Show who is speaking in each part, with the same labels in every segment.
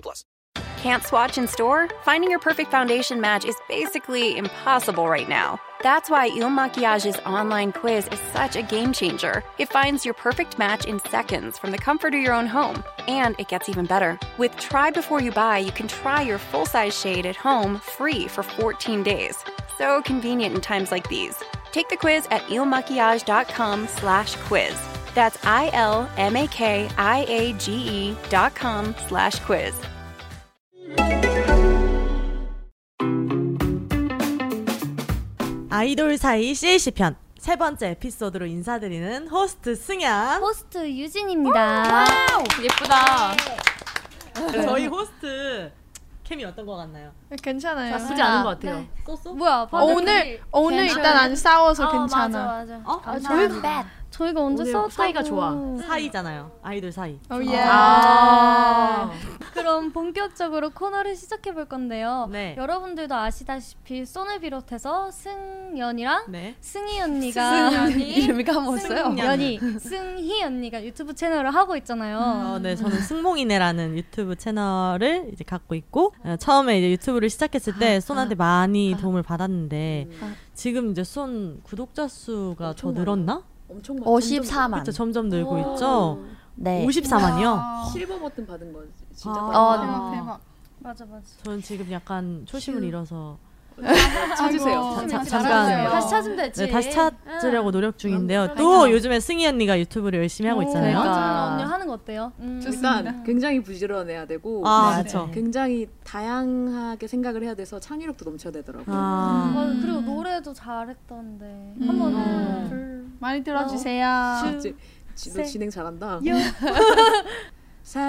Speaker 1: plus.
Speaker 2: Can't swatch in store? Finding your perfect foundation match is basically impossible right now. That's why Il Makiage's online quiz is such a game changer. It finds your perfect match in seconds from the comfort of your own home, and it gets even better. With Try Before You Buy, you can try your full size shade at home free for 14 days. So convenient in times like these. Take the quiz at ilmakiage.com slash quiz. That's I-L-M-A-K-I-A-G-E E dot com slash quiz.
Speaker 3: 아이돌 사이 CAC 편 세 번째 에피소드로 인사드리는 호스트 승현.
Speaker 4: 호스트 유진입니다.
Speaker 5: 예쁘다.
Speaker 3: 저희 호스트 캠이 어떤 거 같나요?
Speaker 5: 괜찮아요.
Speaker 6: 나쁘지 않은 것 같아요.
Speaker 3: 쏘쏘?
Speaker 4: 뭐야?
Speaker 5: 어, 오늘 오늘 일단 안 싸워서 괜찮아. 네.
Speaker 4: 맞아 맞아.
Speaker 3: 어?
Speaker 4: 감사합니다. 저희가 언제
Speaker 6: 오늘
Speaker 4: 싸웠다고?
Speaker 6: 사이가 좋아.
Speaker 3: 사이잖아요. 아이돌 사이.
Speaker 5: 오 예.
Speaker 6: 아.
Speaker 4: 그럼 본격적으로 코너를 시작해 볼 건데요.
Speaker 3: 네.
Speaker 4: 여러분들도 아시다시피 쏜을 비롯해서 승연이랑
Speaker 3: 네.
Speaker 4: 승희 언니가
Speaker 5: 이름이 까먹었어요.
Speaker 3: 승연.
Speaker 4: 연이 승희 언니가 유튜브 채널을 하고 있잖아요.
Speaker 3: 어, 네, 저는 승몽이네라는 유튜브 채널을 이제 갖고 있고 어, 처음에 이제 유튜브를 시작했을 때 쏜한테 많이 도움을 받았는데 지금 이제 쏜 구독자 수가 더 늘었나?
Speaker 6: 엄청
Speaker 7: 54만.
Speaker 3: 그렇죠, 점점 늘고 있죠.
Speaker 7: 네.
Speaker 3: 54만이요.
Speaker 5: 어,
Speaker 6: 실버 버튼 받은 거 진짜.
Speaker 3: 아.
Speaker 6: 아.
Speaker 7: 어,
Speaker 5: 대박 대박.
Speaker 4: 맞아 맞아.
Speaker 3: 저는 지금 약간 초심을 잃어서
Speaker 5: 찾으세요.
Speaker 3: 자,
Speaker 5: 잘하세요.
Speaker 3: 잠깐
Speaker 4: 다시 찾으면 되지.
Speaker 3: 네, 다시 찾으려고 노력 중인데요. 또
Speaker 4: 그러니까.
Speaker 3: 요즘에 승희 언니가 유튜브를 열심히
Speaker 8: 어,
Speaker 3: 하고 있잖아요.
Speaker 7: 그러니까.
Speaker 4: 그러니까 언니 하는 거 어때요? 음.
Speaker 5: 좋습니다.
Speaker 9: 일단 그러니까 굉장히 부지런해야 되고
Speaker 3: 아,
Speaker 7: 네.
Speaker 3: 그렇죠.
Speaker 9: 굉장히 다양하게 생각을 해야 돼서 창의력도 넘쳐야 되더라고요.
Speaker 3: 아,
Speaker 4: 맞아, 음. 그리고 노래도 잘했던데
Speaker 5: 음.
Speaker 4: 한번
Speaker 3: 음.
Speaker 4: 불.
Speaker 5: 많이 들어주세요.
Speaker 9: 아, 지, 지, 너
Speaker 4: 세.
Speaker 9: 진행 잘한다.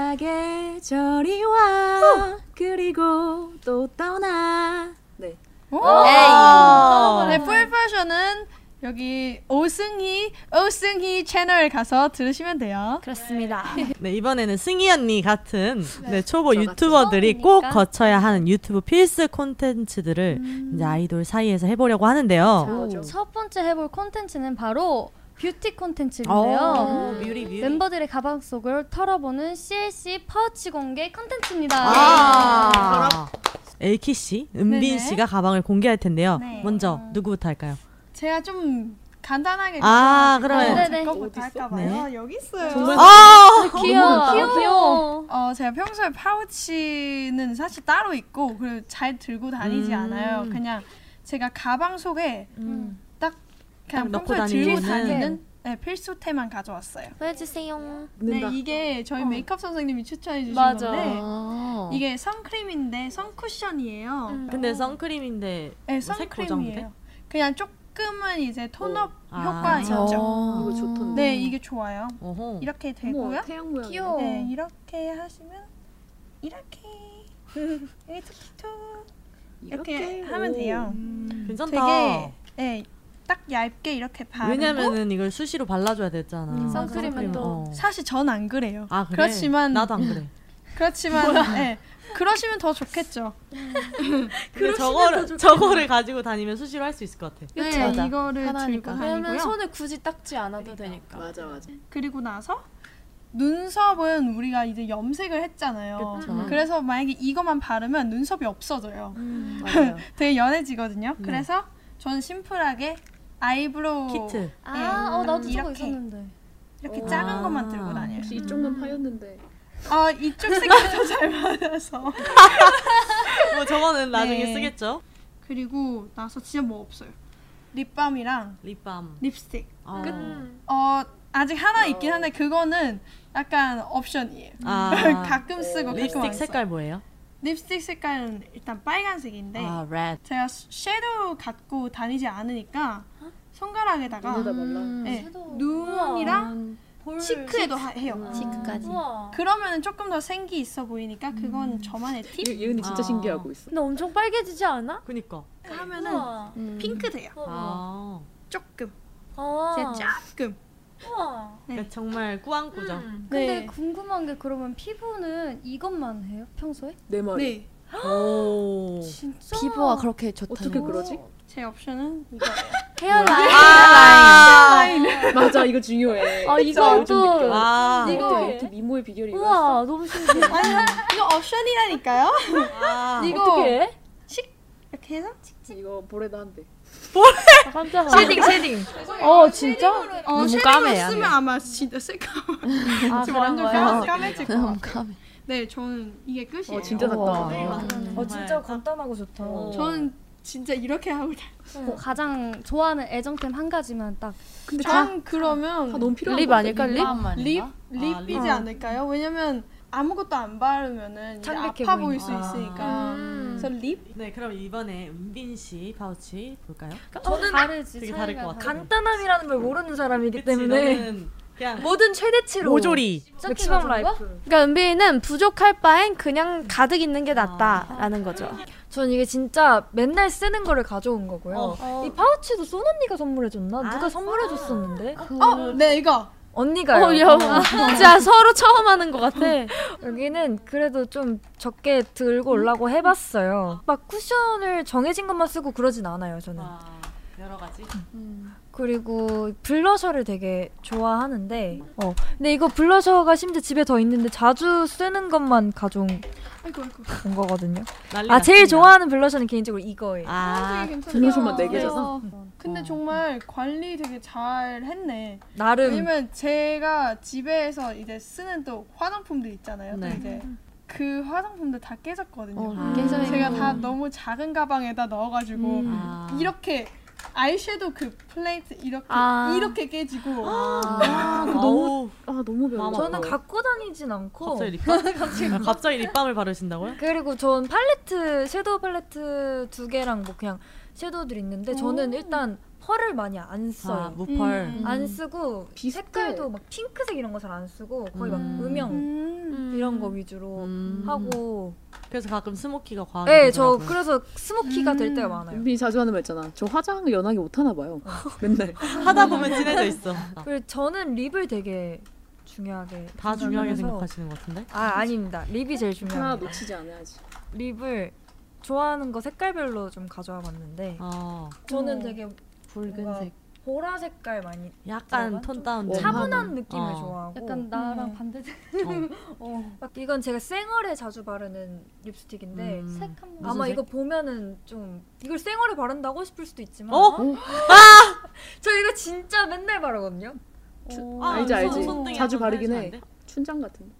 Speaker 9: 사계절이 와 그리고 또 떠나 네.
Speaker 5: 오.
Speaker 3: 에이.
Speaker 5: 네, 풀 패션은 여기 오승희 오승희 채널 가서 들으시면 돼요.
Speaker 4: 그렇습니다.
Speaker 3: 네, 이번에는 승희 언니 같은 네, 초보
Speaker 9: 저 같은
Speaker 3: 유튜버들이 꼭
Speaker 4: 처음이니까.
Speaker 3: 거쳐야 하는 유튜브 필수 콘텐츠들을 이제 아이돌 사이에서 해보려고 하는데요.
Speaker 9: 저죠.
Speaker 4: 첫 번째 해볼 콘텐츠는 바로 뷰티
Speaker 3: 오,
Speaker 4: 콘텐츠인데요.
Speaker 3: 어, 뮤리 뮤리.
Speaker 4: 멤버들의 가방 속을 털어보는 CLC 파우치 공개 콘텐츠입니다.
Speaker 3: 아. 엘키 씨, 은빈
Speaker 5: 네네.
Speaker 3: 씨가 가방을 공개할 텐데요.
Speaker 4: 네.
Speaker 3: 먼저 누구부터 할까요?
Speaker 5: 제가 좀 간단하게
Speaker 3: 아, 그러면-
Speaker 4: 네네.
Speaker 5: 네네. 것부터 할까 봐요. 여기 있어요.
Speaker 3: 아,
Speaker 4: 귀여워. 귀여워.
Speaker 5: 어, 제가 평소에 파우치는 사실 따로 있고 그리고 잘 들고 다니지
Speaker 3: 음.
Speaker 5: 않아요. 그냥 제가 가방 속에
Speaker 3: 음.
Speaker 5: 딱 그냥
Speaker 3: 딱 넣고
Speaker 5: 평소에 들고
Speaker 3: 다니는.
Speaker 5: 다니는 네, 필수템만 가져왔어요.
Speaker 4: 보여주세요.
Speaker 5: 네,
Speaker 9: 는다.
Speaker 5: 이게 저희 메이크업 선생님이 추천해 주신
Speaker 4: 맞아.
Speaker 5: 건데
Speaker 7: 아.
Speaker 5: 이게 선크림인데 선쿠션이에요.
Speaker 3: 근데 선크림인데
Speaker 5: 네,
Speaker 3: 뭐 색보정제?
Speaker 5: 선크림이에요. 그냥 조금은 이제 톤업
Speaker 3: 아,
Speaker 5: 효과 있죠.
Speaker 9: 어, 이거 좋던데.
Speaker 5: 네, 이게 좋아요.
Speaker 3: 어허.
Speaker 5: 이렇게
Speaker 9: 어머,
Speaker 5: 되고요.
Speaker 9: 태양 모양.
Speaker 4: 귀여워.
Speaker 5: 네,
Speaker 3: 어.
Speaker 5: 이렇게 하시면 이렇게 이렇게 툭툭 이렇게, 하면 돼요.
Speaker 3: 괜찮다.
Speaker 5: 되게 예, 딱 얇게 이렇게 바르고
Speaker 3: 왜냐면은 이걸 수시로 발라줘야 되잖아.
Speaker 6: 음,
Speaker 4: 선크림은 또-
Speaker 3: 어.
Speaker 5: 사실 전 안 그래요.
Speaker 3: 아 그래?
Speaker 5: 렇지만
Speaker 3: 나도 안 그래.
Speaker 5: 그렇지만 예. 그러시면 더 좋겠죠.
Speaker 3: 근데 저거를 저거를 가지고 다니면 수시로 할 수 있을 것 같아.
Speaker 5: 네,
Speaker 7: 맞아.
Speaker 5: 이거를
Speaker 7: 편하니까.
Speaker 5: 들고
Speaker 6: 그러면
Speaker 5: 다니고요.
Speaker 6: 손을 굳이 닦지 않아도 되니까.
Speaker 9: 맞아 맞아.
Speaker 5: 그리고 나서 눈썹은 우리가 이제 염색을 했잖아요.
Speaker 3: 그쵸.
Speaker 5: 래서 만약에 이거만 바르면 눈썹이 없어져요.
Speaker 9: 맞아요.
Speaker 5: 되게 연해지거든요.
Speaker 3: 음, 네.
Speaker 5: 그래서 저는 심플하게 아이브로우
Speaker 3: 키트.
Speaker 4: 아,
Speaker 5: 네.
Speaker 4: 어, 나도 저거
Speaker 5: 이렇게.
Speaker 4: 있었는데.
Speaker 5: 이렇게
Speaker 9: 오.
Speaker 5: 작은
Speaker 3: 아.
Speaker 5: 것만 들고 다녀요.
Speaker 9: 혹시
Speaker 5: 음.
Speaker 9: 이쪽만 파였는데.
Speaker 5: 아 이쪽 색깔이 더 잘 맞아서.
Speaker 3: 뭐 저거는 나중에
Speaker 5: 네.
Speaker 3: 쓰겠죠.
Speaker 5: 그리고 나서 진짜 뭐 없어요. 립밤이랑
Speaker 3: 립밤.
Speaker 5: 립스틱.
Speaker 3: 어.
Speaker 5: 어 아직 하나 있긴 한데 그거는 약간 옵션이에요.
Speaker 3: 아.
Speaker 5: 가끔 쓰고 가끔 안
Speaker 3: 립스틱
Speaker 5: 써.
Speaker 3: 색깔 뭐예요?
Speaker 5: 립스틱 색깔은 일단 빨간색인데
Speaker 3: 아, red.
Speaker 5: 제가 수- 섀도우 갖고 다니지 않으니까 손가락에다가
Speaker 9: 눈에다 발라.
Speaker 5: 네,
Speaker 4: 섀도우.
Speaker 5: 눈이랑 볼 시크에도 하- 해요.
Speaker 7: 시크까지.
Speaker 6: 우와.
Speaker 5: 그러면은 조금 더 생기 있어 보이니까 그건 저만의 팁.
Speaker 9: 예- 예은이 진짜
Speaker 3: 아.
Speaker 9: 신기하고 있어.
Speaker 6: 근데 엄청 빨개지지 않아?
Speaker 3: 그니까.
Speaker 5: 하면은
Speaker 6: 우와.
Speaker 5: 핑크 돼요.
Speaker 6: 우와.
Speaker 3: 아.
Speaker 5: 조금.
Speaker 6: 아.
Speaker 8: 어.
Speaker 5: 제 조금.
Speaker 6: 우와.
Speaker 3: 그러니까 정말 꾸안꾸죠.
Speaker 8: 음.
Speaker 4: 근데
Speaker 5: 네.
Speaker 4: 궁금한 게 그러면 피부는 이것만 해요 평소에?
Speaker 9: 내 머리.
Speaker 5: 네.
Speaker 3: 오.
Speaker 4: 진짜?
Speaker 7: 피부가 그렇게 좋다는
Speaker 9: 어떻게 그러지?
Speaker 5: 제 옵션은 이거예요.
Speaker 8: 아.
Speaker 6: 헤어라인.
Speaker 3: 아.
Speaker 9: 맞아 이거 중요해.
Speaker 6: 아,
Speaker 9: 진짜
Speaker 6: 이거
Speaker 9: 요즘
Speaker 6: 또.
Speaker 9: 느껴.
Speaker 3: 와.
Speaker 4: 아,
Speaker 8: 네.
Speaker 9: 이것도
Speaker 6: 이거-
Speaker 9: 이렇게 미모의 비결이
Speaker 6: 우와,
Speaker 9: 이거였어.
Speaker 6: 너무 신기해.
Speaker 5: 이거 옵션이라니까요.
Speaker 3: 와.
Speaker 5: 이거
Speaker 6: 어떻게 해?
Speaker 5: 이렇게 해서
Speaker 9: 이거 볼에다 한대.
Speaker 6: 아, 깜짝아.
Speaker 3: 쉐딩.
Speaker 6: 어, 진짜?
Speaker 5: 어,
Speaker 7: 너무
Speaker 5: 쉐딩을
Speaker 7: 까매야,
Speaker 5: 쓰면
Speaker 7: 네.
Speaker 5: 아마 진짜 쓸까
Speaker 6: 아,
Speaker 5: 지금
Speaker 6: 그런
Speaker 5: 완전
Speaker 6: 거야?
Speaker 5: 까매- 까매질 것
Speaker 7: 너무
Speaker 5: 같아요.
Speaker 7: 까매.
Speaker 5: 네, 저는 이게 끝이에요.
Speaker 9: 어 진짜
Speaker 7: 우와.
Speaker 9: 낫다.
Speaker 6: 어, 진짜 간단하고 좋다.
Speaker 3: 어.
Speaker 5: 저는 진짜 이렇게 하고 다
Speaker 4: 뭐 가장 좋아하는 애정템 한 가지만 딱
Speaker 9: 근데 다,
Speaker 5: 전 그러면
Speaker 9: 다 너무 필요한
Speaker 7: 립
Speaker 9: 것 같아.
Speaker 7: 아닐까 립?
Speaker 5: 립
Speaker 3: 립.
Speaker 5: 립이지 않을까요? 왜냐면 아무것도 안 바르면은 이제
Speaker 4: 창백해
Speaker 5: 아파
Speaker 4: 보이니까.
Speaker 5: 보일 수 있으니까. 그래서 립
Speaker 3: 네, 그럼 이번에 은빈 씨 파우치 볼까요?
Speaker 8: 그러니까
Speaker 4: 저는 다르지
Speaker 3: 되게
Speaker 4: 차이가
Speaker 3: 다를 것 같아.
Speaker 6: 간단함이라는 걸 모르는 사람이기
Speaker 3: 그치,
Speaker 6: 때문에 뭐
Speaker 3: 너는 그냥
Speaker 6: 모든 최대치로
Speaker 3: 모조리.
Speaker 6: 맥시멈 라이프.
Speaker 7: 그러니까 은빈이는 부족할 바엔 그냥 가득 있는 게
Speaker 4: 아.
Speaker 7: 낫다라는 거죠.
Speaker 8: 전 이게 진짜 맨날 쓰는 거를 가져온 거고요.
Speaker 3: 어.
Speaker 8: 이 파우치도 쏜 언니가 선물해줬나?
Speaker 3: 아,
Speaker 8: 누가 선물해줬었는데?
Speaker 5: 어, 네 이거.
Speaker 8: 언니가요.
Speaker 7: 어, 야, 진짜 서로 처음 하는 것 같아.
Speaker 8: 여기는 그래도 좀 적게 들고 올라고 해봤어요. 막 쿠션을 정해진 것만 쓰고 그러진 않아요, 저는.
Speaker 3: 와, 여러 가지.
Speaker 8: 그리고 블러셔를 되게 좋아하는데, 어. 근데 이거 블러셔가 심지어 집에 더 있는데 자주 쓰는 것만 가져온
Speaker 5: 아이고 아이고.
Speaker 8: 온 거거든요.
Speaker 3: 난리
Speaker 8: 아, 제일
Speaker 3: 났습니다.
Speaker 8: 좋아하는 블러셔는 개인적으로 이거예요.
Speaker 3: 아,
Speaker 5: 되게 괜찮다.
Speaker 9: 블러셔만 네 개잖아.
Speaker 5: 네.
Speaker 7: 어.
Speaker 5: 근데 정말 관리 되게 잘 했네.
Speaker 7: 음.
Speaker 8: 나름
Speaker 5: 왜냐면 제가 집에서 이제 쓰는 또 화장품들 있잖아요. 또
Speaker 3: 네.
Speaker 5: 이제 그 화장품들 다 깨졌거든요.
Speaker 7: 어,
Speaker 3: 아.
Speaker 7: 굉장히
Speaker 5: 제가 다 너무 작은 가방에다 넣어가지고
Speaker 7: 음.
Speaker 3: 아.
Speaker 5: 이렇게 아이섀도 그 플레이트 이렇게
Speaker 7: 아.
Speaker 5: 이렇게 깨지고
Speaker 9: 아, 그 너무
Speaker 3: 아우,
Speaker 9: 아 너무 별로.
Speaker 3: 마마.
Speaker 7: 어.
Speaker 8: 저는 갖고 다니진 않고
Speaker 3: 갑자기 립밤? 아, 갑자기 립밤을 바르신다고요?
Speaker 8: 그리고 전 팔레트 섀도우 팔레트 두 개랑 뭐 그냥 섀도우들 있는데 저는 일단 펄을 많이 안
Speaker 3: 아,
Speaker 8: 써요.
Speaker 3: 무펄.
Speaker 5: 음.
Speaker 8: 안 쓰고
Speaker 9: 비슷해.
Speaker 8: 색깔도 막 핑크색 이런 거 잘 안 쓰고 거의
Speaker 3: 음.
Speaker 8: 막 음영
Speaker 5: 음.
Speaker 7: 네.
Speaker 8: 이런 거 위주로
Speaker 3: 음. 아,
Speaker 8: 하고
Speaker 3: 그래서 가끔 스모키가 과하게
Speaker 8: 네, 저
Speaker 3: 되더라고요.
Speaker 8: 그래서 스모키가 될 때가
Speaker 5: 음.
Speaker 8: 많아요.
Speaker 9: 은빈이 자주 하는 말 있잖아. 저 화장 연하게 못 하나 봐요. 맨날.
Speaker 3: 하다 보면 진해져 있어. 아,
Speaker 8: 그리고 저는 립을 되게 중요하게
Speaker 3: 다 중요하게
Speaker 8: 생각해서-
Speaker 3: 생각하시는 것 같은데?
Speaker 8: 아, 아닙니다. 립이 제일
Speaker 9: 하나
Speaker 8: 중요합니다.
Speaker 9: 놓치지 않아야지.
Speaker 8: 립을 좋아하는 거 색깔별로 좀 가져와 봤는데
Speaker 3: 어,
Speaker 8: 저는 되게
Speaker 7: 붉은색.
Speaker 8: 보라 색깔 많이
Speaker 3: 약간
Speaker 8: 들어간
Speaker 3: 톤
Speaker 8: 좀
Speaker 3: 다운. 된
Speaker 8: 차분한 느낌을
Speaker 3: 어.
Speaker 8: 좋아하고
Speaker 4: 약간 나랑 반대색
Speaker 3: 어.
Speaker 8: 막 이건 제가 쌩얼에 자주 바르는 립스틱인데
Speaker 3: 음.
Speaker 4: 색 한번
Speaker 8: 아마
Speaker 3: 무슨
Speaker 8: 네, 이거 보면은 좀 이걸 쌩얼에 바른다고 싶을 수도 있지만
Speaker 3: 어?
Speaker 8: 저 이거 진짜 맨날 바르거든요
Speaker 3: 아,
Speaker 9: 알지,
Speaker 3: 손-
Speaker 9: 알지.
Speaker 3: 손등에
Speaker 9: 자주
Speaker 3: 한번
Speaker 9: 바르긴
Speaker 3: 해주면 안 돼?
Speaker 9: 춘장 같은.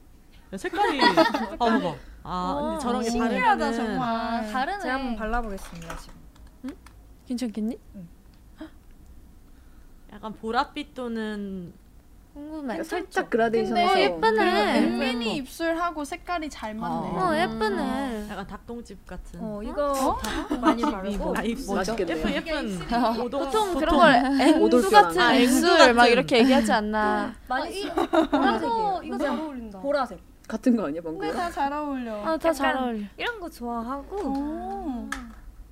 Speaker 3: 야, 색깔이 아 봐봐. 아 근데 저런 게
Speaker 5: 신기하다
Speaker 3: 바르면은
Speaker 5: 정말.
Speaker 7: 어,
Speaker 4: 아 다르네
Speaker 8: 제가 한번 발라보겠습니다 지금
Speaker 7: 괜찮겠니?
Speaker 3: 약간 보랏빛 또는
Speaker 7: 궁금해.
Speaker 8: 네,
Speaker 9: 거. 살짝 그라데이션
Speaker 5: 근데
Speaker 9: 해서.
Speaker 7: 예쁘네.
Speaker 5: 은빈이 입술하고 색깔이 잘 맞네.
Speaker 7: 어 예쁘네.
Speaker 3: 약간 닭똥집 같은.
Speaker 8: 어 이거 많이 바르고
Speaker 3: 아, 입술.
Speaker 9: 맛있겠네요.
Speaker 3: 예쁜 예쁜. 오동-
Speaker 7: 보통 그런 걸 앵두
Speaker 9: 오돌뼈랑.
Speaker 7: 같은
Speaker 3: 아, 앵두
Speaker 7: 입술 막
Speaker 3: 같은.
Speaker 7: 이렇게 얘기하지 않나.
Speaker 8: 많이 쓰-
Speaker 4: 이거 이거 잘 어울린다
Speaker 8: 보라색
Speaker 9: 같은 거 아니야 방금?
Speaker 5: 근데 다 잘 어울려.
Speaker 7: 아, 다 잘
Speaker 8: 약간-
Speaker 7: 어울려. 어.
Speaker 8: 이런 거 좋아하고
Speaker 5: 오.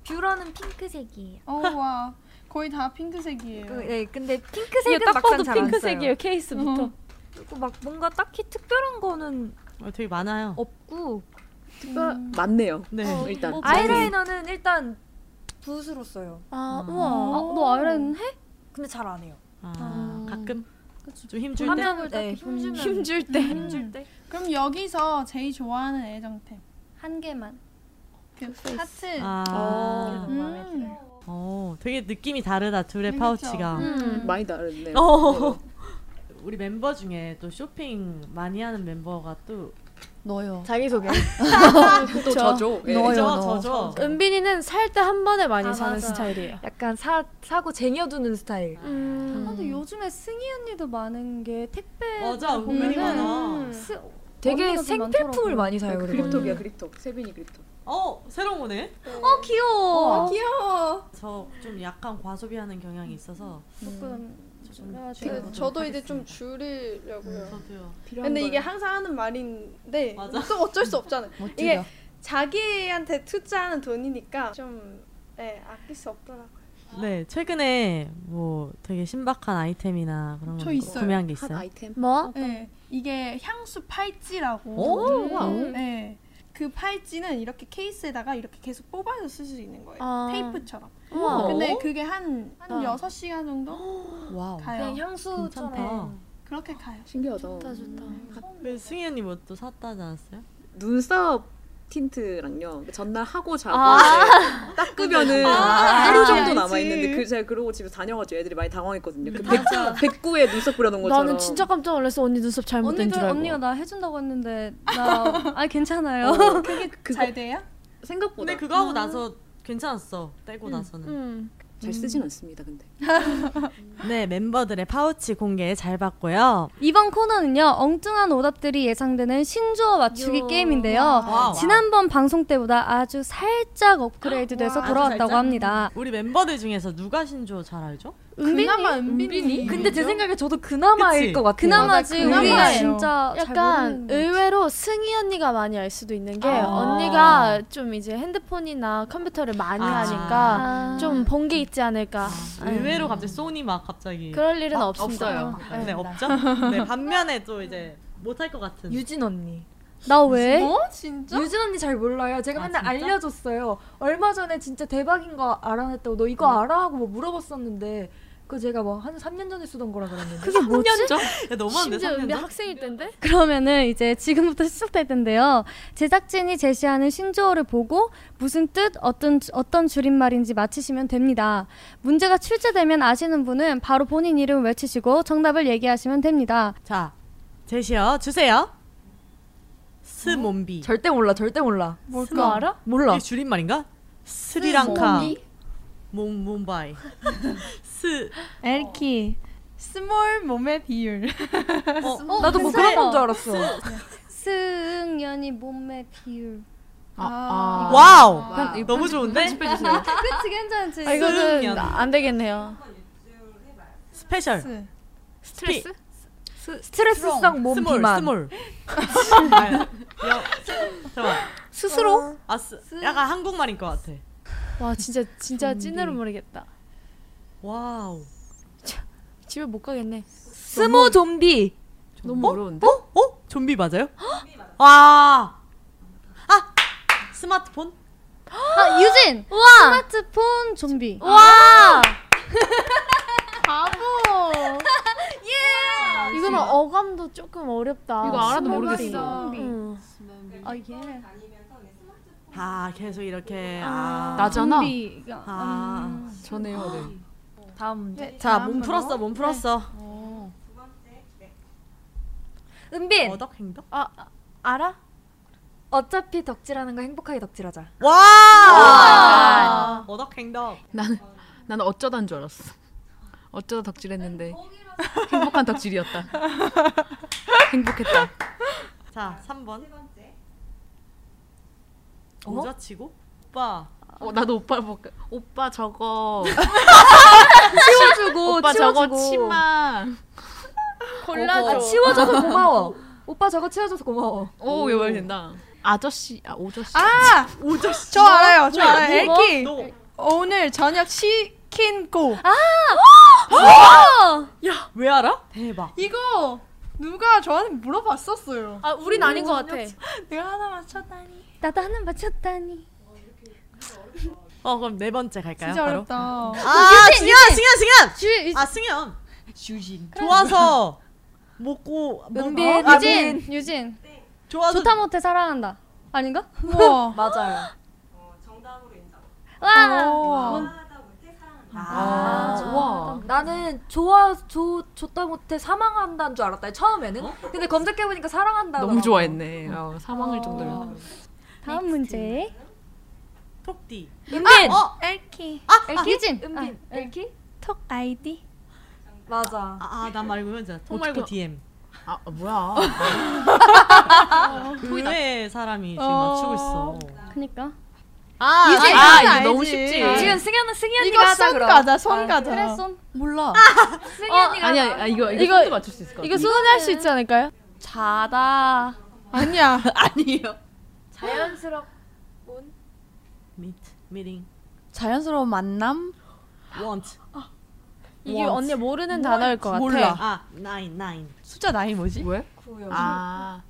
Speaker 8: 뷰러는 핑크색이에요
Speaker 5: 어, 와. 거의 다 핑크색이에요.
Speaker 8: 그, 네, 근데
Speaker 7: 이게
Speaker 8: 핑크색은
Speaker 7: 딱
Speaker 8: 막상
Speaker 7: 봐도
Speaker 8: 잘안 써요
Speaker 7: 핑크색이에요 케이스부터.
Speaker 5: 어.
Speaker 8: 그리고 막 뭔가 딱히 특별한 거는
Speaker 3: 어, 되게 많아요.
Speaker 8: 없고
Speaker 9: 특별 맞네요.
Speaker 3: 네.
Speaker 9: 어, 일단
Speaker 7: 어,
Speaker 8: 아이라이너는 일단 붓으로 써요.
Speaker 7: 아
Speaker 3: 음.
Speaker 7: 우와.
Speaker 4: 아, 너 아이라인 해?
Speaker 8: 근데 잘 안 해요.
Speaker 3: 아, 가끔 좀 힘줄 때.
Speaker 8: 화면을 네, 힘주면
Speaker 7: 힘줄 때.
Speaker 8: 힘줄 때.
Speaker 5: 음. 그럼 여기서 제일 좋아하는 애정템.
Speaker 4: 한 개만
Speaker 5: 그 하트.
Speaker 3: 아.
Speaker 5: 음.
Speaker 3: 어, 되게 느낌이 다르다 둘의
Speaker 5: 네,
Speaker 3: 파우치가.
Speaker 4: 음.
Speaker 9: 많이 다르네요.
Speaker 3: 어. 우리 멤버 중에 또 쇼핑 많이 하는 멤버가 또
Speaker 7: 넣어요.
Speaker 8: 자기소개.
Speaker 9: 또 저죠. 예.
Speaker 7: 넣어요.
Speaker 3: 저,
Speaker 7: 넣어.
Speaker 3: 저, 저.
Speaker 7: 음. 은빈이는 살 때 한 번에 많이
Speaker 8: 아,
Speaker 7: 사는
Speaker 8: 맞아.
Speaker 7: 스타일이에요.
Speaker 8: 약간 사 사고 쟁여두는 스타일.
Speaker 7: 음.
Speaker 4: 아, 근데 요즘에 승희 언니도 많은 게 택배
Speaker 3: 맞아, 고민이
Speaker 4: 음.
Speaker 3: 많아.
Speaker 4: 스-
Speaker 8: 되게
Speaker 4: 언니가 좀
Speaker 8: 생필품을
Speaker 4: 많더라고요.
Speaker 8: 많이 사요. 그리고
Speaker 9: 그립톡이야 그립톡. 세빈이 그립톡.
Speaker 3: 어, 새로운 거네.
Speaker 4: 어 귀여워
Speaker 5: 귀여워.
Speaker 3: 음. 저 좀 약간 과소비하는 경향이 있어서
Speaker 4: 조금
Speaker 5: 근데 그 저도 이제 좀 줄이려고요.
Speaker 3: 저도요.
Speaker 9: 필요한
Speaker 5: 근데
Speaker 9: 걸-
Speaker 5: 이게 항상 하는 말인데
Speaker 3: 맞아.
Speaker 5: 또 어쩔 수 없잖아요.
Speaker 10: 못
Speaker 5: 이게
Speaker 10: 줄여.
Speaker 5: 자기한테 투자하는 돈이니까 좀 네, 아낄 수 없더라고요.
Speaker 3: 네, 최근에 뭐 되게 신박한 아이템이나 그런 거 구매한 게 있어요.
Speaker 5: 뭐? 네, 이게 향수 팔찌라고.
Speaker 3: 오, 음. 와우.
Speaker 5: 네. 그 팔찌는 이렇게 케이스에다가 이렇게 계속 뽑아서 쓸 수 있는 거예요.
Speaker 6: 아.
Speaker 5: 테이프처럼.
Speaker 6: 우와.
Speaker 5: 근데 그게 한, 네,
Speaker 6: 아.
Speaker 5: 어? 한 여섯 시간 정도
Speaker 3: 와우.
Speaker 5: 가요.
Speaker 6: 그냥 향수처럼. 괜찮다.
Speaker 5: 그렇게 가요.
Speaker 9: 신기하다.
Speaker 6: 좋다.
Speaker 3: 네, 승희 언니 뭐 또 샀다지 않았어요?
Speaker 9: 눈썹 틴트랑요. 그러니까 전날 하고 자고
Speaker 3: 아.
Speaker 9: 이제 닦으면은
Speaker 3: 아,
Speaker 9: 하루
Speaker 3: 알지,
Speaker 9: 정도
Speaker 3: 알지.
Speaker 9: 남아 있는데 그 제가 그러고 집에 다녀가지고 애들이 많이 당황했거든요. 그 백구, 에 눈썹 그려놓은 것처럼.
Speaker 7: 나는 진짜 깜짝 놀랐어 언니 눈썹 잘못된 줄
Speaker 8: 언니들
Speaker 7: 알고
Speaker 8: 언니가 나 해준다고 했는데 나아 괜찮아요.
Speaker 7: 어,
Speaker 5: 그게
Speaker 9: 잘
Speaker 5: 돼요?
Speaker 9: 생각보다.
Speaker 3: 근데 그거 하고 나서 괜찮았어. 떼고 나서는. 음.
Speaker 9: 잘 쓰진 않습니다. 근데.
Speaker 3: 어? 네, 멤버들의 파우치 공개 잘 봤고요.
Speaker 4: 이번 코너는요 엉뚱한 오답들이 예상되는 신조어 맞추기 게임인데요.
Speaker 3: 와우.
Speaker 4: 지난번 방송 때보다 아주 살짝 업그레이드돼서
Speaker 3: 와,
Speaker 4: 돌아왔다고
Speaker 3: 살짝?
Speaker 4: 합니다.
Speaker 3: 우리 멤버들 중에서 누가 신조 잘 알죠?
Speaker 4: 은빈이?
Speaker 5: 그나마 은빈이.
Speaker 4: 근데 제 생각에
Speaker 8: 저도 그나마일
Speaker 3: 그치?
Speaker 8: 것 같아요.
Speaker 7: 그나마지
Speaker 8: 맞아,
Speaker 7: 우리
Speaker 8: 그나마예요.
Speaker 7: 진짜
Speaker 8: 잘
Speaker 7: 약간
Speaker 8: 모르는
Speaker 7: 의외로 승희 언니가 많이 알 수도 있는 게
Speaker 8: 아.
Speaker 7: 언니가 좀 이제 핸드폰이나 컴퓨터를 많이
Speaker 3: 아.
Speaker 7: 하니까
Speaker 3: 아.
Speaker 7: 좀 본 게 있지 않을까.
Speaker 3: 의외로 갑자기 소니 막 갑자기.
Speaker 7: 그럴 일은 없습니다.
Speaker 3: 네,
Speaker 7: 네.
Speaker 3: 없죠. 네, 반면에 또 이제 못할 것 같은.
Speaker 10: 유진 언니.
Speaker 4: 나
Speaker 3: 왜?
Speaker 5: 뭐?
Speaker 10: 어?
Speaker 5: 진짜?
Speaker 10: 유진 언니 잘 몰라요. 제가
Speaker 3: 아,
Speaker 10: 맨날
Speaker 3: 진짜?
Speaker 10: 알려줬어요. 얼마 전에 진짜 대박인 거 알아냈다고 너 이거 알아? 하고 뭐 물어봤었는데 그거 제가 뭐 한 3년 전에 쓰던 거라 그랬는데 그게
Speaker 4: 뭐지?
Speaker 3: 야, 너무한데
Speaker 7: 심지어
Speaker 3: 3년
Speaker 7: 우리
Speaker 3: 전?
Speaker 7: 학생일 텐데?
Speaker 4: 그러면은 이제 지금부터 시작될 텐데요. 제작진이 제시하는 신조어를 보고 무슨 뜻, 어떤 어떤 줄임말인지 맞히시면 됩니다. 문제가 출제되면 아시는 분은 바로 본인 이름 외치시고 정답을 얘기하시면 됩니다.
Speaker 3: 자, 제시어 주세요. 스몬비.
Speaker 10: 절대 몰라. 절대 몰라.
Speaker 3: 뭘까?
Speaker 10: 알아? 몰라.
Speaker 3: 이게 줄임말인가? 스리랑카. 몽 몽바이. 스
Speaker 5: 엘키 스몰 몸의 비율.
Speaker 3: 어,
Speaker 10: 나도 뭐 그런 건 줄 알았어.
Speaker 4: 승연이 몸매 비율.
Speaker 10: 아.
Speaker 3: 와우. 너무 좋은데?
Speaker 4: 그치 괜찮지.
Speaker 7: 아, 이거는
Speaker 3: 승연.
Speaker 7: 안 되겠네요.
Speaker 3: 스페셜.
Speaker 7: 스트레스?
Speaker 10: 스트레스성 몸
Speaker 3: 스몰
Speaker 10: 비만.
Speaker 3: 스몰. 아, 여- 잠깐만.
Speaker 7: 스스로?
Speaker 3: 아, 스, 약간 한국말인 것 같아.
Speaker 7: 와 진짜 진짜 찐으로 모르겠다.
Speaker 3: 와우.
Speaker 7: 집에 못 가겠네.
Speaker 10: 스모 좀비.
Speaker 9: 너무 어려운데?
Speaker 3: 어? 어? 좀비 맞아요? 와. 아. 스마트폰?
Speaker 4: 아 유진.
Speaker 7: 와!
Speaker 4: 스마트폰 좀비.
Speaker 7: 와! 바보. 예! 이거는 어감도 조금 어렵다.
Speaker 10: 아,
Speaker 7: 음.
Speaker 10: 이거 알아도
Speaker 7: 스몰
Speaker 10: 모르겠어.
Speaker 7: 머리. 응.
Speaker 4: 아 예.
Speaker 3: 아, 계속 이렇게. 아.
Speaker 9: 나잖아.
Speaker 3: 아.
Speaker 7: 음.
Speaker 9: 전에요. 네.
Speaker 10: 다음 문제.
Speaker 3: 자, 몸 풀었어. 몸
Speaker 7: 네.
Speaker 3: 풀었어.
Speaker 8: 은빈
Speaker 3: 어덕 행동?
Speaker 7: 아, 아, 알아?
Speaker 10: 어차피 덕질하는 거 행복하게 덕질하자.
Speaker 3: 와! 어덕 행동.
Speaker 9: 나는 나는 어쩌다인 줄 알았어. 어쩌다 덕질했는데 행복한 덕질이었다. 행복했다.
Speaker 3: 자, 3번. 모자치고? 오빠.
Speaker 9: 어, 나도 오빠 볼까? 오빠 저거
Speaker 10: 치워주고
Speaker 9: 오빠 저거
Speaker 10: 치워주고.
Speaker 9: 치마.
Speaker 10: 골라줘. 아, 치워줘서 고마워. 오빠 저거 치워줘서 고마워.
Speaker 9: 오, 이거 된다. 아저씨, 아 오저씨.
Speaker 5: 아,
Speaker 3: 오저씨.
Speaker 5: 저 알아요. 저 알아요.
Speaker 3: 뭐?
Speaker 5: 엘키 어,
Speaker 3: 너.
Speaker 5: 오늘 저녁 치킨고.
Speaker 3: 야, 왜 알아? 대박.
Speaker 5: 이거 누가 저한테 물어봤었어요.
Speaker 7: 아, 우린 아닌 것 같아.
Speaker 5: 내가 하나 맞췄다니.
Speaker 4: 나도 하나 맞췄다니.
Speaker 3: 어, 그럼 네 번째 갈까요?
Speaker 5: 진짜
Speaker 3: 바로?
Speaker 5: 어렵다.
Speaker 3: 아, 승현, 승현, 승현.
Speaker 4: 주
Speaker 3: 아, 승현. 유진. 좋아서 먹고
Speaker 10: 은빈,
Speaker 3: 아,
Speaker 10: 유진.
Speaker 4: 유진. 유진.
Speaker 3: 좋아서
Speaker 4: 좋다 못해 사랑한다. 아닌가?
Speaker 5: 우와.
Speaker 10: 맞아요.
Speaker 4: 와.
Speaker 5: 우와.
Speaker 3: 아,
Speaker 10: 와. 나는 좋아 좋 좋다 못해 사망한다는 줄 알았다 처음에는. 근데 검색해 보니까 사랑한다.
Speaker 9: 너무 좋아했네. 어, 사망할 정도로.
Speaker 4: 다음 문제.
Speaker 3: 톡디.
Speaker 10: 은빈.
Speaker 3: 어,
Speaker 5: 엘키
Speaker 8: 아,
Speaker 4: 엘키? 유진.
Speaker 10: 은빈.
Speaker 4: 엘키?
Speaker 5: 톡 아이디.
Speaker 10: 음, 맞아.
Speaker 3: 아, 아, 나 말고 현자. 통 말고
Speaker 9: 어떡해.
Speaker 3: DM.
Speaker 9: 아, 아, 뭐야?
Speaker 3: 의외의 사람이 지금
Speaker 5: 어.
Speaker 3: 맞추고 있어.
Speaker 4: 그니까.
Speaker 5: 아,
Speaker 8: 이제
Speaker 5: 아,
Speaker 8: 이거는
Speaker 5: 이거 너무
Speaker 8: 알지.
Speaker 5: 쉽지.
Speaker 9: 예.
Speaker 8: 지금 승희 언 승희 언니가
Speaker 5: 이거
Speaker 8: 하자
Speaker 5: 손
Speaker 8: 그럼.
Speaker 5: 가자, 손
Speaker 10: 아,
Speaker 5: 가자.
Speaker 8: 몰라. 승희
Speaker 5: 어,
Speaker 8: 언니가
Speaker 5: 아니야,
Speaker 8: 하자.
Speaker 5: 아, 이거- 이거 손도 맞출 수 있을 것
Speaker 4: 이거
Speaker 5: 같아.
Speaker 4: 수건이 할수 있지 않을까요? 자다.
Speaker 5: 아니야.
Speaker 9: 아니에요.
Speaker 8: 자연스럽운
Speaker 3: 미트 미팅
Speaker 9: 자연스러운 만남?
Speaker 3: want
Speaker 9: 이게 언니 모르는
Speaker 3: 뭐?
Speaker 9: 단어일 것 같아.
Speaker 3: 몰라. 아 nine nine
Speaker 9: 숫자 나이 뭐지? 왜? 아.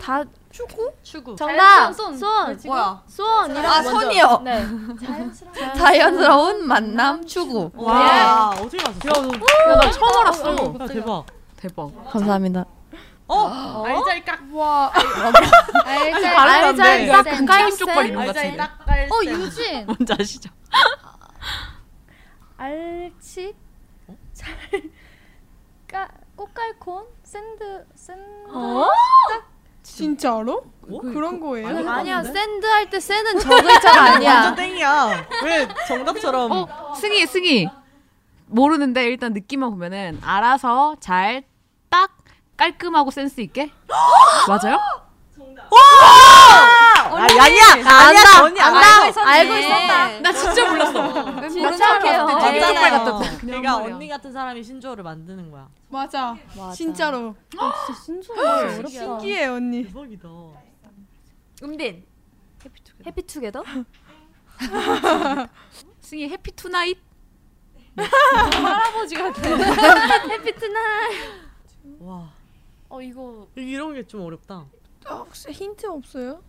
Speaker 8: 다
Speaker 9: 추구?
Speaker 3: 추구.
Speaker 9: 정답.
Speaker 8: 손.
Speaker 9: 손.
Speaker 8: 뭐야?
Speaker 9: 손. 이라고 아, 먼저. 손이요.
Speaker 8: 네.
Speaker 9: 자연스러운 만남 추구.
Speaker 3: 와 어떻게 맞았어?
Speaker 9: 야, 예. 나 처음 알았어.
Speaker 3: 야, 대박. 대박.
Speaker 9: 감사합니다.
Speaker 3: 어?
Speaker 5: 알잘깍. 와. 아,
Speaker 9: 잘한다, 근데.
Speaker 5: 알잘깍.
Speaker 9: 가까운 쪽발 있는 것 같은데.
Speaker 4: 어 유진.
Speaker 9: 뭔지 아시죠?
Speaker 4: 알칩. 잘. 까 꽃갈콘 샌드 샌드.
Speaker 5: 어? 진짜로? 뭐? 그런 거예요?
Speaker 9: 아니야,
Speaker 5: 샌드 할 때 샌은
Speaker 9: 저 글자가 아니야.
Speaker 5: 완전
Speaker 9: 땡이야. 왜 정답처럼. 승희, 승희. 모르는데 일단 느낌만 보면은 알아서 잘, 딱, 깔끔하고 센스 있게? 맞아요?
Speaker 11: 아,
Speaker 9: 언니! 안다, 안다. 알고 있었다.
Speaker 3: 나
Speaker 9: 네. 진짜 몰랐어.
Speaker 3: 모른
Speaker 9: 척
Speaker 3: 척해요.
Speaker 9: 했는데 진짜 빨 같았어.
Speaker 3: 내가 그러니까 언니 같은 사람이 신조어를 만드는 거야.
Speaker 5: 맞아. 진짜로.
Speaker 3: 진짜
Speaker 5: 신조어가 어렵다. 신기해, 언니.
Speaker 3: 대박이다.
Speaker 8: 은빈. 해피투게더?
Speaker 9: 승희, 해피 투나잇?
Speaker 8: 할아버지 같아.
Speaker 9: 해피투나잇.
Speaker 3: 와
Speaker 8: 어 이거
Speaker 3: 이런 게 좀 어렵다.
Speaker 5: 혹시 힌트 없어요?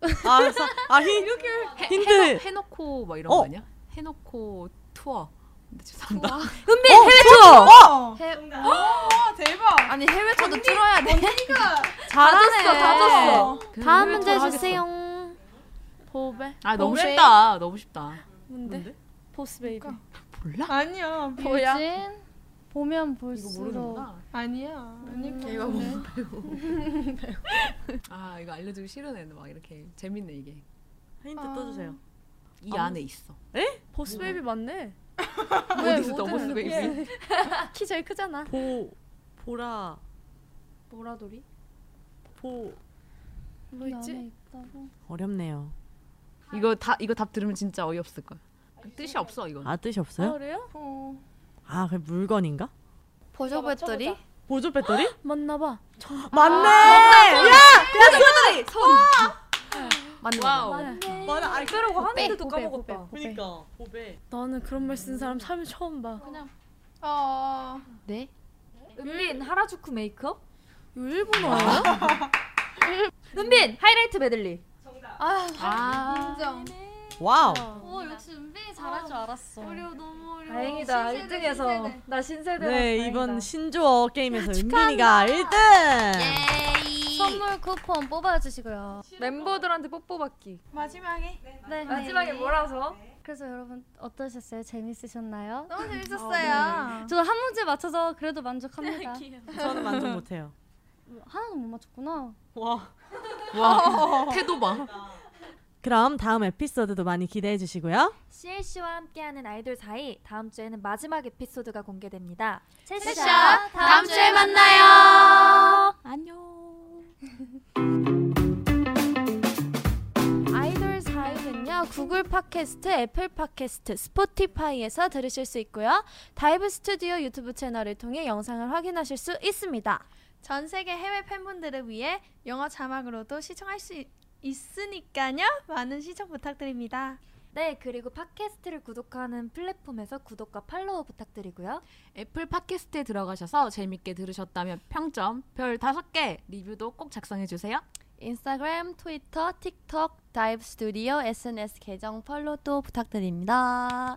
Speaker 9: 아, 그래서- 아, 힌-
Speaker 5: 이렇게
Speaker 9: 해,
Speaker 3: 힌트.
Speaker 9: 해놓, 해놓고 뭐 이런
Speaker 3: 어.
Speaker 9: 거 아니야? 해놓고 투어. 근데 죄송합니다.
Speaker 8: 은빈
Speaker 9: 어,
Speaker 8: 해외
Speaker 9: 투어!
Speaker 8: 투어.
Speaker 9: 해-
Speaker 5: 어, 대박.
Speaker 9: 아니 해외 투어도 들어야 돼.
Speaker 5: 언니가
Speaker 9: 잘하네. 그래,
Speaker 8: 다음
Speaker 9: 해외
Speaker 8: 문제
Speaker 9: 투어
Speaker 8: 주세요. 보배.
Speaker 9: 아 너무
Speaker 8: 보배?
Speaker 9: 쉽다. 너무 쉽다.
Speaker 8: 뭔데? 보스 베이비.
Speaker 9: 그러니까. 몰라?
Speaker 5: 아니야.
Speaker 8: 뭐야?
Speaker 4: 유진 보면 볼수록
Speaker 9: 모르는구나.
Speaker 5: 아니야. 아닐 것
Speaker 9: 이거
Speaker 5: 같은데.
Speaker 9: 못 아 이거 알려주기 싫으네. 막 이렇게 재밌네 이게.
Speaker 3: 힌트 떠주세요.
Speaker 9: 이
Speaker 3: 아,
Speaker 9: 안에 있어.
Speaker 3: 에?
Speaker 8: 보스 베이비 맞네.
Speaker 9: 어디서 또 보스 베이비?
Speaker 8: 키 제일 크잖아.
Speaker 3: 보 보라
Speaker 8: 보라돌이?
Speaker 3: 보
Speaker 4: 그
Speaker 8: 뭐 있지?
Speaker 3: 어렵네요.
Speaker 9: 이거 다 이거 답 들으면 진짜 어이없을 거야. 뜻이 없어 이건.
Speaker 3: 아 뜻이 없어요?
Speaker 8: 그래요?
Speaker 3: 아 그 물건인가?
Speaker 8: 보조 배터리?
Speaker 3: 보조 배터리?
Speaker 8: 맞나 봐.
Speaker 3: 맞네.
Speaker 8: 맞다.
Speaker 3: 야,
Speaker 8: 맞다.
Speaker 3: 배터리!
Speaker 8: 손.
Speaker 9: 맞네.
Speaker 8: 맞네.
Speaker 9: 맞아. 아,
Speaker 8: 빼라고 하는데도
Speaker 9: 보배,
Speaker 8: 까먹었다.
Speaker 3: 그러니까 보배.
Speaker 8: 나는 그런 말 쓰는 사람 삶에 처음 봐. 그냥
Speaker 5: 어.
Speaker 8: 네. 은빈 하라주쿠 메이크업? 이거
Speaker 9: 알아요?
Speaker 8: 은빈 하이라이트 메들리.
Speaker 4: 아,
Speaker 9: 아.
Speaker 4: 인정.
Speaker 9: 와우.
Speaker 8: 어.
Speaker 4: 오 역시 은빈이 잘할 줄 알았어. 어려워 너무 어려워.
Speaker 8: 다행이다.
Speaker 4: 신세대,
Speaker 8: 1등에서
Speaker 4: 신세대.
Speaker 8: 나 신세대.
Speaker 3: 네 이번 신조어 게임에서 은빈이가 1등.
Speaker 4: 선물 쿠폰 뽑아주시고요.
Speaker 8: 멤버들한테 뽀뽀받기.
Speaker 5: 마지막에.
Speaker 4: 네.
Speaker 8: 마지막에 몰아서.
Speaker 4: 그래서 여러분 어떠셨어요? 재밌으셨나요? 아, 네.
Speaker 5: 너무 재밌었어요.
Speaker 4: 저도 한 문제 맞춰서 그래도 만족합니다.
Speaker 3: 저는 만족 못해요.
Speaker 4: 하나도 못 맞췄구나.
Speaker 3: 와.
Speaker 9: 와 태도 봐.
Speaker 3: 그럼 다음 에피소드도 많이 기대해 주시고요.
Speaker 8: CLC와 함께하는 아이돌 사이 다음 주에는 마지막 에피소드가 공개됩니다.
Speaker 4: 채샤, 다음 주에 만나요.
Speaker 9: 안녕.
Speaker 8: 아이돌 사이는요 구글 팟캐스트, 애플 팟캐스트, 스포티파이에서 들으실 수 있고요 다이브 스튜디오 유튜브 채널을 통해 영상을 확인하실 수 있습니다.
Speaker 5: 전 세계 해외 팬분들을 위해 영어 자막으로도 시청할 수 있- 있으니까요. 많은 시청 부탁드립니다.
Speaker 8: 네 그리고 팟캐스트를 구독하는 플랫폼에서 구독과 팔로우 부탁드리고요.
Speaker 9: 애플 팟캐스트에 들어가셔서 재밌게 들으셨다면 평점 별 5개 리뷰도 꼭 작성해 주세요.
Speaker 12: 인스타그램, 트위터, 틱톡, 다이브 스튜디오, SNS 계정 팔로우도 부탁드립니다.